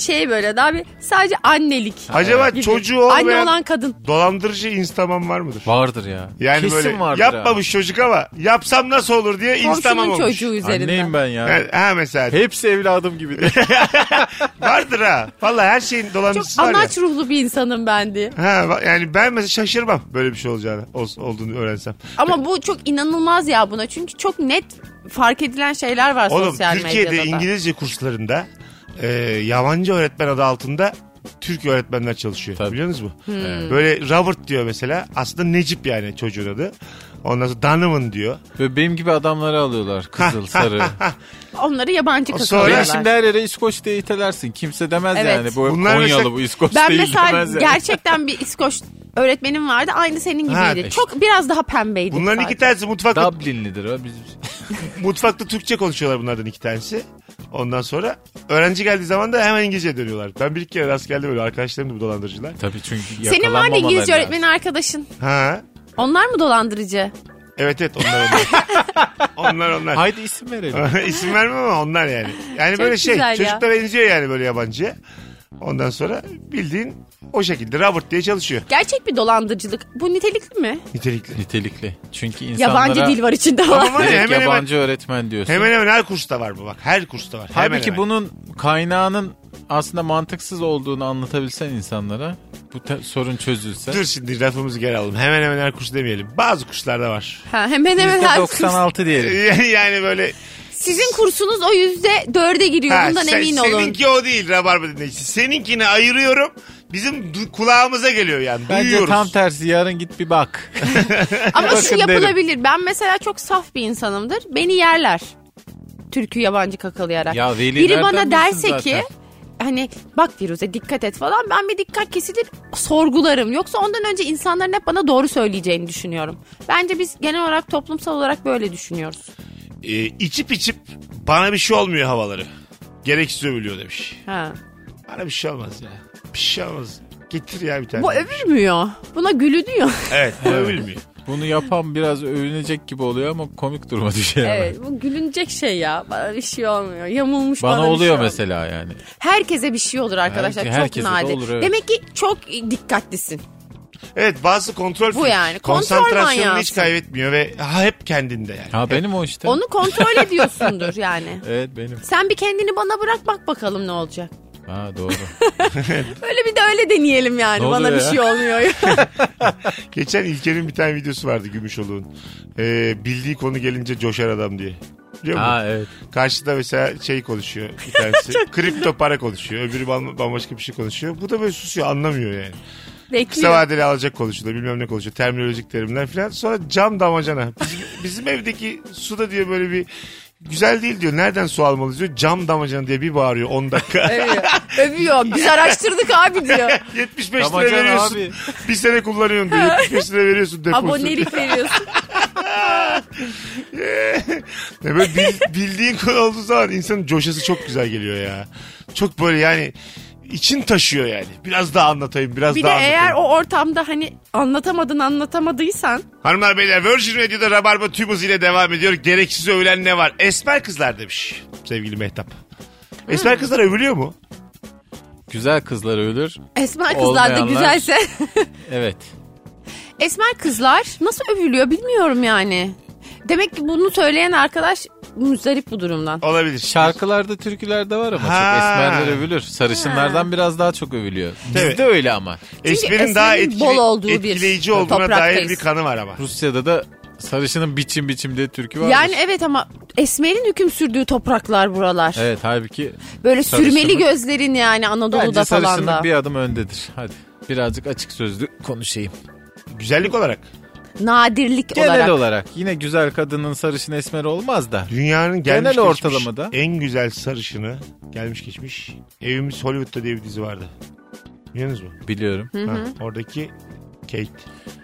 şey böyle daha bir sadece annelik.
Acaba
gibi.
çocuğu olmayan
Anne olan kadın.
dolandırıcı instamam var mıdır?
Vardır ya.
Yani
Kesin
böyle
vardır
yapmamış çocuk ama yapsam nasıl olur diye instamam
Komşunun
olmuş.
çocuğu
ha. Anneyim
üzerinden.
ben ya.
Ha, ha mesela.
Hepsi evladım gibi. de.
Vardır ha. Vallahi her şeyin
Çok
dolandırıcısı var ya.
anaç ruhlu bir insanım ben diye.
Ha, va- yani ben mesela şaşırmam böyle bir şey olacağını ol- olduğunu öğrensem.
Ama bu çok inanılmaz ya buna. Çünkü çok net fark edilen şeyler var
Oğlum
sosyal
Türkiye'de
medyada da.
İngilizce kurslarında e, yabancı öğretmen adı altında Türk öğretmenler çalışıyor.
Tabii.
Biliyor musunuz bu?
Hmm.
Böyle Robert diyor mesela. Aslında Necip yani çocuğun adı. Ondan sonra Donovan diyor.
Böyle benim gibi adamları alıyorlar. Kızıl, sarı.
Onları yabancı
Sonra-
Beni
kakıyorlar.
şimdi her yere İskoç diye itelersin. Kimse demez
Evet.
yani. Bu
Bunlar
Konyalı
mesela-
bu İskoç
Ben
değil
mesela
demez yani.
gerçekten bir İskoç öğretmenim vardı. Aynı senin gibiydi.
Ha, işte.
Çok biraz daha pembeydi.
Bunların
sadece.
iki tanesi mutfakta
Dublinlidir o. Biz...
mutfakta Türkçe konuşuyorlar bunlardan iki tanesi. Ondan sonra öğrenci geldiği zaman da hemen İngilizce dönüyorlar. Ben bir iki kere rast geldim öyle arkadaşlarım da bu dolandırıcılar.
Tabii çünkü
Senin var
yakalanmamaları
ya İngilizce
lazım.
öğretmeni arkadaşın.
Ha.
Onlar mı dolandırıcı?
Evet evet onlar onlar. onlar onlar.
Haydi isim verelim.
İsim vermem ama onlar yani. Yani
Çok
böyle şey
güzel ya.
çocuklar benziyor yani böyle yabancıya. Ondan sonra bildiğin o şekilde Robert diye çalışıyor.
Gerçek bir dolandırıcılık. Bu nitelikli mi?
Nitelikli.
Nitelikli. Çünkü insanlara...
Yabancı dil var içinde
Ama
var.
var ya,
Direkt
hemen hemen,
yabancı öğretmen diyorsun.
hemen hemen her kursta var bu bak. Her kursta var. Hemen
Halbuki
hemen.
bunun kaynağının aslında mantıksız olduğunu anlatabilsen insanlara bu te- sorun çözülse.
Dur şimdi lafımızı geri alalım. Hemen hemen her kurs demeyelim. Bazı kurslarda var.
Ha, hemen hemen her kurs.
%96 diyelim.
yani böyle
Sizin kursunuz o yüzde dörde giriyor.
Ha,
Bundan
şey,
sen-
emin olun.
Seninki o değil Rabarba dinleyicisi. Seninkini ayırıyorum. Bizim du- kulağımıza geliyor yani.
Bence
Duyuyoruz.
tam tersi yarın git bir bak.
Ama şu
Bakın derim.
yapılabilir. Ben mesela çok saf bir insanımdır. Beni yerler. Türkü yabancı kakalayarak.
Ya veli
Biri
nereden
bana
bilsin
derse
zaten?
ki hani bak Firuze dikkat et falan ben bir dikkat kesilir sorgularım. Yoksa ondan önce insanların hep bana doğru söyleyeceğini düşünüyorum. Bence biz genel olarak toplumsal olarak böyle düşünüyoruz.
Ee, içip içip bana bir şey olmuyor havaları. Gereksiz övülüyor demiş.
Ha.
Bana bir şey olmaz ya. Bir şey olmaz. Getir ya bir tane.
Bu övülmüyor. Buna gülünüyor.
Evet bu övülmüyor.
Bunu yapan biraz övünecek gibi oluyor ama komik duruma düşüyor.
evet bu gülünecek şey ya. Bana bir şey olmuyor. Yamulmuş bana,
Bana
bir şey
oluyor
olmuyor.
mesela yani.
Herkese bir şey olur arkadaşlar.
Herke-
çok
herkese de
nadir.
olur, evet.
Demek ki çok dikkatlisin.
Evet bazı kontrol
Bu yani, kontrol
konsantrasyonunu hiç
manyağı.
kaybetmiyor ve ha, hep kendinde yani.
Ha benim o işte.
Onu kontrol ediyorsundur yani.
Evet benim.
Sen bir kendini bana bırak bak bakalım ne olacak.
Ha doğru.
Böyle bir de öyle deneyelim yani.
Ne oluyor
Bana bir
ya?
şey olmuyor.
Geçen İlker'in bir tane videosu vardı Gümüşoluk'un. Ee, bildiği konu gelince coşar adam diye. Biliyor musun?
ha evet.
Karşıda mesela şey konuşuyor bir tanesi. kripto para konuşuyor. Öbürü bam- bambaşka bir şey konuşuyor. Bu da böyle susuyor anlamıyor yani. Kısa
Bekliyor.
vadeli alacak konuşuluyor bilmem ne konuşuyor. Terminolojik terimler falan. Sonra cam damacana. Bizim, bizim evdeki su da diyor böyle bir güzel değil diyor. Nereden su almalıyız diyor. Cam damacana diye bir bağırıyor 10 dakika.
Övüyor. Övüyor. Biz araştırdık abi diyor.
75 lira
Damacana
veriyorsun.
abi.
Bir sene kullanıyorsun diyor. 75 lira veriyorsun deposu.
Abonelik veriyorsun.
Ya böyle bil- bildiğin konu olduğu zaman insanın coşası çok güzel geliyor ya. Çok böyle yani için taşıyor yani. Biraz daha anlatayım, biraz
Bir de
daha
eğer
anlatayım.
o ortamda hani anlatamadın anlatamadıysan
Hanımlar beyler Virgin Radio'da Rabarba tüm hızıyla devam ediyor. Gereksiz övülen ne var? Esmer kızlar demiş sevgili Mehtap. Esmer kızlar övülüyor mu?
Güzel kızlar ölür.
Esmer kızlar da
Olmayanlar.
güzelse.
Evet.
Esmer kızlar nasıl övülüyor bilmiyorum yani. Demek ki bunu söyleyen arkadaş müzdarip bu durumdan.
Olabilir.
Şarkılarda, türkülerde var ama
Ha.
çok esmerler övülür. Sarışınlardan biraz daha çok övülüyor.
Evet.
Bizde öyle ama.
Esmer'in
Esmer'in
daha etkili,
bol olduğu bir
etkileyici olduğuna
topraktayız.
dair bir kanı var ama.
Rusya'da da sarışının biçim biçim diye türkü var.
Yani evet ama Esmer'in hüküm sürdüğü topraklar buralar.
Evet halbuki
Böyle
Sarışınlık-
sürmeli gözlerin yani
bence
Anadolu'da falan da.
sarışınlık bir adım öndedir. Hadi birazcık açık sözlü konuşayım.
Güzellik olarak.
Nadirlik
Genel
olarak.
olarak. yine güzel kadının sarışın esmer olmaz da.
Dünyanın gelmiş
Genel
geçmiş
ortalamada.
en güzel sarışını gelmiş geçmiş. Evimiz Hollywood'da diye bir dizi vardı. Biliyorsunuz mu?
Biliyorum.
Ha, oradaki Kate.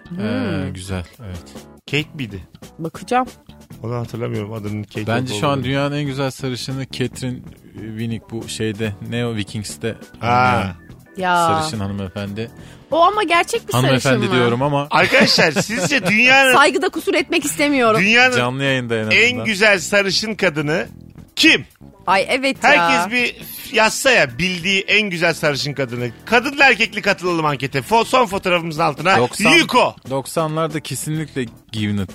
Hmm.
Ee, güzel. Evet.
Kate miydi?
Bakacağım.
Onu hatırlamıyorum adının Kate.
Bence
olup
şu an
olmadığını.
dünyanın en güzel sarışını Catherine Winnick bu şeyde Neo Vikings'te oynayan
Ha.
Ya.
sarışın hanımefendi.
O ama gerçek bir sarışın
Hanımefendi
mı?
diyorum ama
Arkadaşlar sizce dünyanın
Saygıda kusur etmek istemiyorum.
dünyanın
canlı yayında en azından.
en güzel sarışın kadını kim?
Ay evet ya.
Herkes bir yazsa ya bildiği en güzel sarışın kadını. Kadınla erkekli katılalım ankete. Fo- son fotoğrafımızın altına.
90
Yuko.
90'larda kesinlikle Gwyneth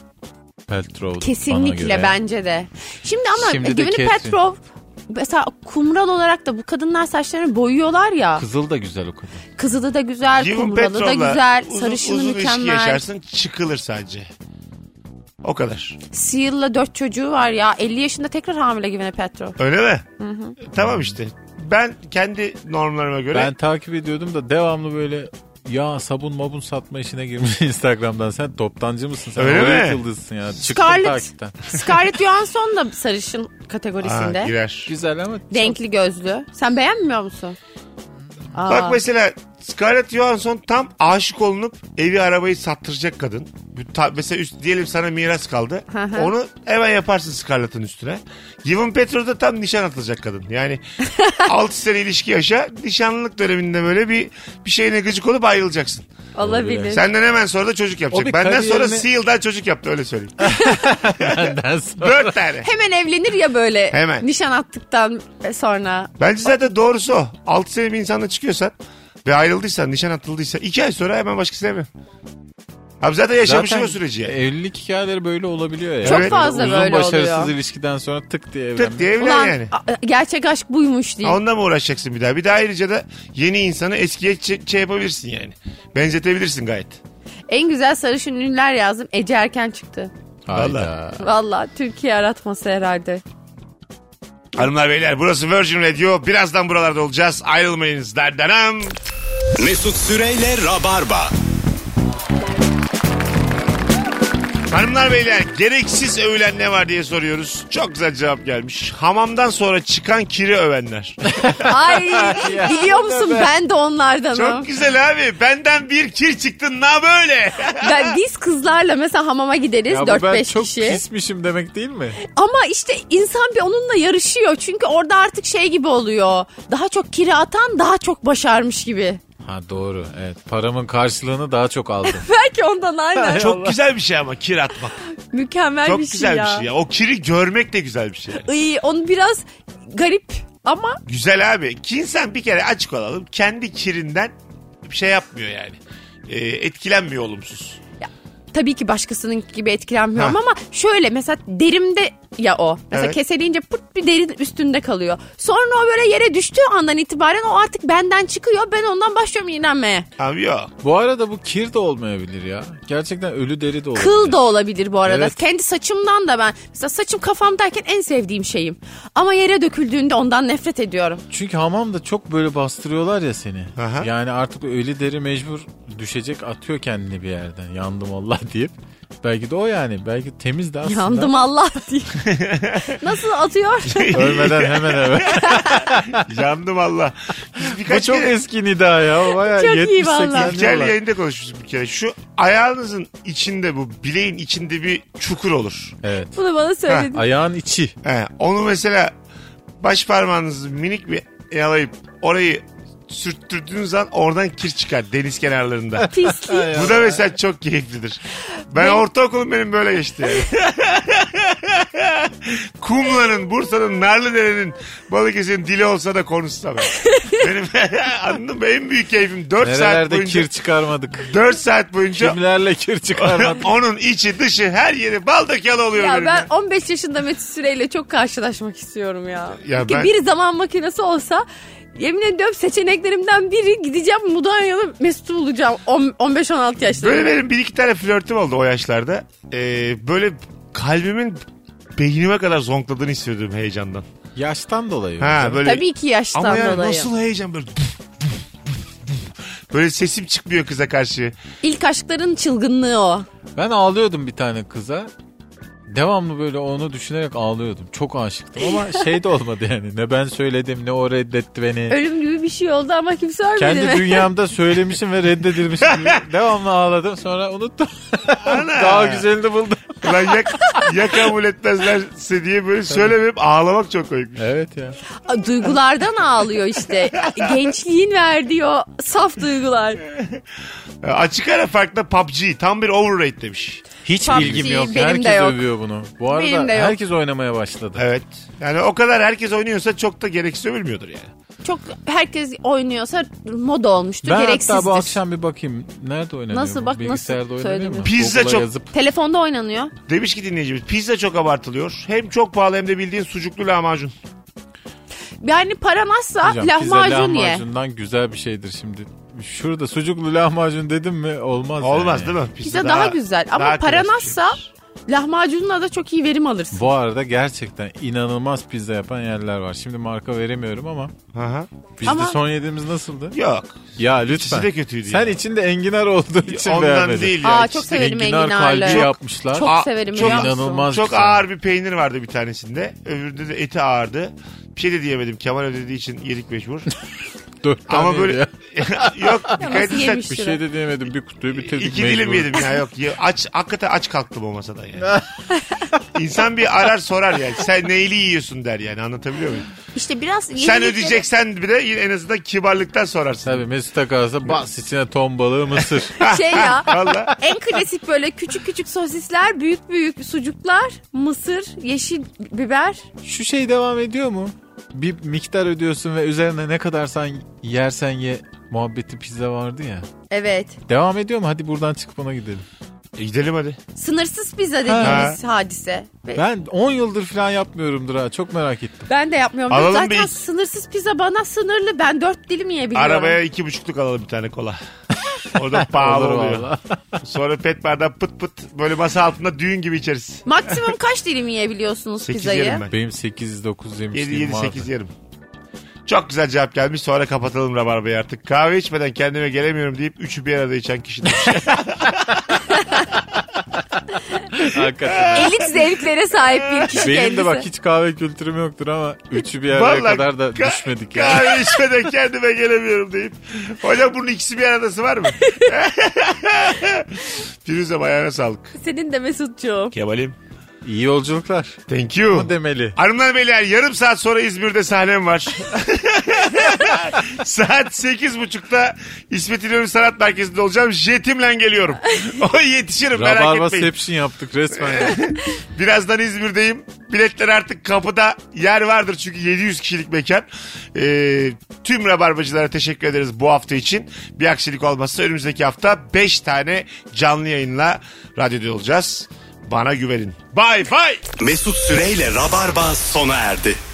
Paltrow.
Kesinlikle bence de. Şimdi ama
Şimdi de
Gwyneth
Catherine.
Paltrow mesela kumral olarak da bu kadınlar saçlarını boyuyorlar ya.
Kızıl da güzel o kadın.
Kızılı da güzel,
Yvonne
kumralı da
Petrov'la
güzel,
uzun-
sarışını
uzun ilişki
mükemmel.
yaşarsın çıkılır sadece. O kadar.
Seal'la dört çocuğu var ya. 50 yaşında tekrar hamile Gwyneth Paltrow.
Öyle mi? Tamam işte. Ben kendi normlarıma göre
Ben takip ediyordum da devamlı böyle ya sabun mabun satma işine girmiş Instagram'dan. Sen toptancı mısın? Sen
Öyle
oraya
mi?
yıldızsın ya. Çıktın
Scarlett,
takipten.
Scarlett Johansson da sarışın
Aa,
kategorisinde.
girer.
Güzel ama
Renkli gözlü. Sen beğenmiyor musun? Aa,
Bak mesela Scarlett Johansson tam aşık olunup evi arabayı sattıracak kadın. Bu ta- mesela üst, diyelim sana miras kaldı.
Hı hı.
Onu hemen yaparsın Scarlett'ın üstüne. Given Petro da tam nişan atılacak kadın. Yani 6 sene ilişki yaşa nişanlılık döneminde böyle bir bir şeyine gıcık olup ayrılacaksın.
olabilir.
Senden hemen sonra da çocuk yapacak.
O bir
Benden sonra
kariyerini-
Seal'dan çocuk yaptı öyle söyleyeyim.
benden sonra.
4 tane.
Hemen evlenir ya böyle
Hemen.
nişan attıktan sonra.
Bence zaten doğrusu o. 6 sene bir insanla çıkıyorsan ve ayrıldıysan, nişan atıldıysa 2 ay sonra hemen başkasını evlen. Abi zaten yaşamışsın o süreci. yani.
evlilik hikayeleri böyle olabiliyor ya.
Çok
Böyle
fazla
uzun
böyle
başarısız
oluyor.
ilişkiden sonra tık diye evlenmek.
Tık diye evlen
Ulan
yani.
a- gerçek aşk buymuş diye.
Onunla mı uğraşacaksın bir daha? Bir de ayrıca da yeni insanı eskiye ç- şey yapabilirsin yani. Benzetebilirsin gayet.
En güzel sarışın ünlüler yazdım. Ece erken çıktı.
Hayda.
Vallahi.
Valla Türkiye aratması herhalde.
Hanımlar beyler burası Virgin Radio. Birazdan buralarda olacağız. Ayrılmayınız. Derdenem.
Mesut Süreyle Rabarba.
Hanımlar beyler gereksiz övülen ne var diye soruyoruz. Çok güzel cevap gelmiş. Hamamdan sonra çıkan kiri övenler.
Ay biliyor musun ben de onlardanım.
Çok güzel abi. Benden bir kir çıktın na böyle.
Ben, biz kızlarla mesela hamama gideriz
Ya bu ben
4-5
çok
kişi.
pismişim demek değil mi?
Ama işte insan bir onunla yarışıyor. Çünkü orada artık şey gibi oluyor. Daha çok kiri atan daha çok başarmış gibi.
Ha doğru evet. Paramın karşılığını daha çok aldım.
Belki ondan aynen.
Çok güzel bir şey ama kir atmak.
Mükemmel
Çok
bir şey
güzel
ya.
bir şey ya. O kiri görmek de güzel bir şey.
Iy, onu biraz garip ama
Güzel abi. Ki insan bir kere açık olalım. Kendi kirinden bir şey yapmıyor yani. Ee, etkilenmiyor olumsuz.
tabii ki başkasının gibi etkilenmiyorum
Ha.
ama şöyle mesela derimde ya o. Mesela
Evet.
keseleyince pırt bir derin üstünde kalıyor. Sonra o böyle yere düştüğü andan itibaren o artık benden çıkıyor. Ben ondan başlıyorum iğnenmeye.
Abi yok.
Bu arada bu kir de olmayabilir ya. Gerçekten ölü deri de olabilir.
Kıl da olabilir bu arada.
Evet.
Kendi saçımdan da ben. Mesela saçım kafamdayken en sevdiğim şeyim. Ama yere döküldüğünde ondan nefret ediyorum.
Çünkü hamamda çok böyle bastırıyorlar ya seni.
Aha.
Yani artık ölü deri mecbur düşecek atıyor kendini bir yerden. Yandım Allah deyip. Belki de o yani. Belki temiz de aslında.
Yandım Allah diye. Nasıl atıyor?
Ölmeden hemen hemen.
Yandım Allah. Biz
bu
birkaç
çok
kere-
eski nida ya. Bayağı
Çok iyi
70
vallahi.
80
İlker'le
diyorlar.
yayında konuşmuştuk bir kere. Şu ayağınızın içinde bu bileğin içinde bir çukur olur.
Evet.
Bunu bana söyledi.
Ayağın içi.
He, onu mesela baş parmağınızı minik bir yalayıp orayı sürttürdüğünüz zaman oradan kir çıkar deniz kenarlarında.
Pislik.
Bu da mesela çok keyiflidir. Ben ortaokulum benim böyle geçti yani. Kumla'nın, Bursa'nın, Narlıdere'nin, Balıkesir'in dili olsa da konuşsa ben. Benim anladın mı? En büyük keyfim 4 saat
Nerelerde
boyunca.
kir çıkarmadık.
4 saat boyunca
Kimlerle kir çıkarmadık.
onun içi dışı her yeri bal dökyalı oluyor
Ya
benim.
ben 15 yaşında Mesut Süreyle çok karşılaşmak istiyorum ya.
Ya
Ki
ben-
bir zaman makinesi olsa yemin ediyorum seçeneklerimden biri gideceğim Mudanya'da Mesut'u bulacağım On- 15-16 yaşlarında.
Böyle benim bir iki tane flörtüm oldu o yaşlarda. Ee, böyle kalbimin beynime kadar zonkladığını hissediyordum heyecandan.
Yaştan dolayı.
Ha böyle.
Tabii ki yaştan
Ama yani
dolayı.
nasıl heyecan böyle. böyle sesim çıkmıyor kıza karşı.
İlk aşkların çılgınlığı o.
Ben ağlıyordum bir tane kıza. Devamlı böyle onu düşünerek ağlıyordum. Çok aşıktım ama şey de olmadı yani. Ne ben söyledim ne o reddetti beni.
Ölüm gibi bir şey oldu ama kimse ölmedi mi?
Kendi dünyamda söylemişim ve reddedilmişim. gibi. Devamlı ağladım sonra unuttum. Daha güzelini buldum.
Ulan ya, ya kabul etmezlerse diye böyle söylemeyip ağlamak çok koymuş.
Evet ya.
A, Duygulardan ağlıyor işte. Gençliğin verdiği o saf duygular.
Açık ara farkla PUBG tam bir overrate demiş.
Hiç
PUBG
bilgim yok.
benim de
herkes
yok.
övüyor bunu. Bu arada
Benim de yok.
herkes oynamaya başladı.
Evet. Yani o kadar herkes oynuyorsa çok da gereksiz övülmüyordur yani.
Çok herkes oynuyorsa moda olmuştur.
Ben
gereksizdir.
hatta bu akşam bir bakayım. Nerede oynanıyor?
Nasıl?
bu?
Bak nasıl?
Bilgisayarda
Söyle
oynanıyor mu?
mi?
Pizza
Google'a
çok-
yazıp
Telefonda oynanıyor.
Demiş ki dinleyicimiz pizza çok abartılıyor. Hem çok pahalı hem de bildiğin sucuklu lahmacun.
Yani paran azsa
Hocam, pizza
lahmacun ye.
lahmacundan güzel bir şeydir şimdi. Şurada sucuklu lahmacun dedim mi olmaz.
Olmaz
yani.
değil mi?
Pizza daha, güzel ama
daha
paran
klas bir
azsa
şeydir.
lahmacunla da çok iyi verim alırsın.
Bu arada gerçekten inanılmaz pizza yapan yerler var. Şimdi marka veremiyorum ama
Aha.
bizde
Ama-
son yediğimiz nasıldı?
Yok.
Ya lütfen.
İkisi de kötüydü
Sen
ya.
içinde enginar olduğu için
Ondan
beğenmedin.
değil ya.
Aa
İkisi
çok
de-
severim
enginar
enginarlı.
kalbi
Çok,
yapmışlar.
çok
Aa,
severim
çok
biliyor musun?
inanılmaz.
Çok
güzel.
ağır bir peynir vardı bir tanesinde. Öbüründe de eti ağırdı. Bir şey de diyemedim. Kemal ödediği için yedik mecbur.
Dört tane
Ama böyle
ya.
yok dikkat
nasıl
etsen
yemiş?
bir şey de diyemedim. Bir kutuyu bitirdik
iki
mecbur.
dilim yedim ya yok. Ye- Aç, hakikaten aç kalktım o masadan yani. İnsan bir arar sorar yani. Sen neyli yiyorsun der yani anlatabiliyor muyum?
İşte biraz
Sen
yenilikleri-
ödeyeceksen bir de yine en azından kibarlıktan sorarsın.
Tabii Mesut'a kalsa bas içine ton balığı mısır.
Şey ya
Valla.
en klasik böyle küçük küçük sosisler, büyük büyük sucuklar, mısır, yeşil biber.
Şu şey devam ediyor mu? Bir miktar ödüyorsun ve üzerine ne kadar sen yersen ye muhabbeti pizza vardı ya.
Evet.
Devam ediyor mu? Hadi buradan çıkıp ona gidelim.
E, gidelim hadi.
Sınırsız pizza dediğimiz hadise.
E-
Ve
Ben 10 yıldır falan yapmıyorumdur ha. Çok merak ettim.
Ben de yapmıyorum.
Alalım
Zaten
bir-
sınırsız pizza bana sınırlı. Ben dört dilim yiyebiliyorum.
Arabaya iki buçukluk alalım bir tane kola. Orada pahalı
Olur
oluyor.
vallahi.
Sonra pet bardağı pıt pıt böyle masa altında düğün gibi içeriz.
Maksimum kaç dilim yiyebiliyorsunuz
8
pizzayı?
yerim ben.
Benim
7
8-9 yemişliğim
7
vardı.
8 yerim. Çok güzel cevap gelmiş. Sonra kapatalım Rabarba'yı artık. Kahve içmeden kendime gelemiyorum deyip üçü bir arada içen kişi demiş.
Hakikaten.
Elit zevklere sahip bir kişi
Benim
kendisi.
de bak hiç kahve kültürüm yoktur ama üçü bir araya
Vallahi
kadar da
ka-
düşmedik ya.
Kahve içmeden kendime gelemiyorum deyip. Hocam bunun ikisi bir aradası var mı? Firuze ayağına sağlık.
Senin de Mesut'cuğum.
Kemal'im.
İyi yolculuklar.
Thank you.
Bu demeli.
Hanımlar beyler yarım saat sonra İzmir'de sahnem var. saat 8.30'da İsmet İnönü Sanat Merkezi'nde olacağım. Jetimle geliyorum. O yetişirim merak
Rabarba
etmeyin.
sepsin yaptık resmen. ya.
Birazdan İzmir'deyim. Biletler artık kapıda yer vardır çünkü 700 kişilik mekan. Ee, tüm rabarbacılara teşekkür ederiz bu hafta için. Bir aksilik olmazsa önümüzdeki hafta 5 tane canlı yayınla radyoda olacağız. Bana güvenin. Bay bay.
Mesut Süreyle Rabarba sona erdi.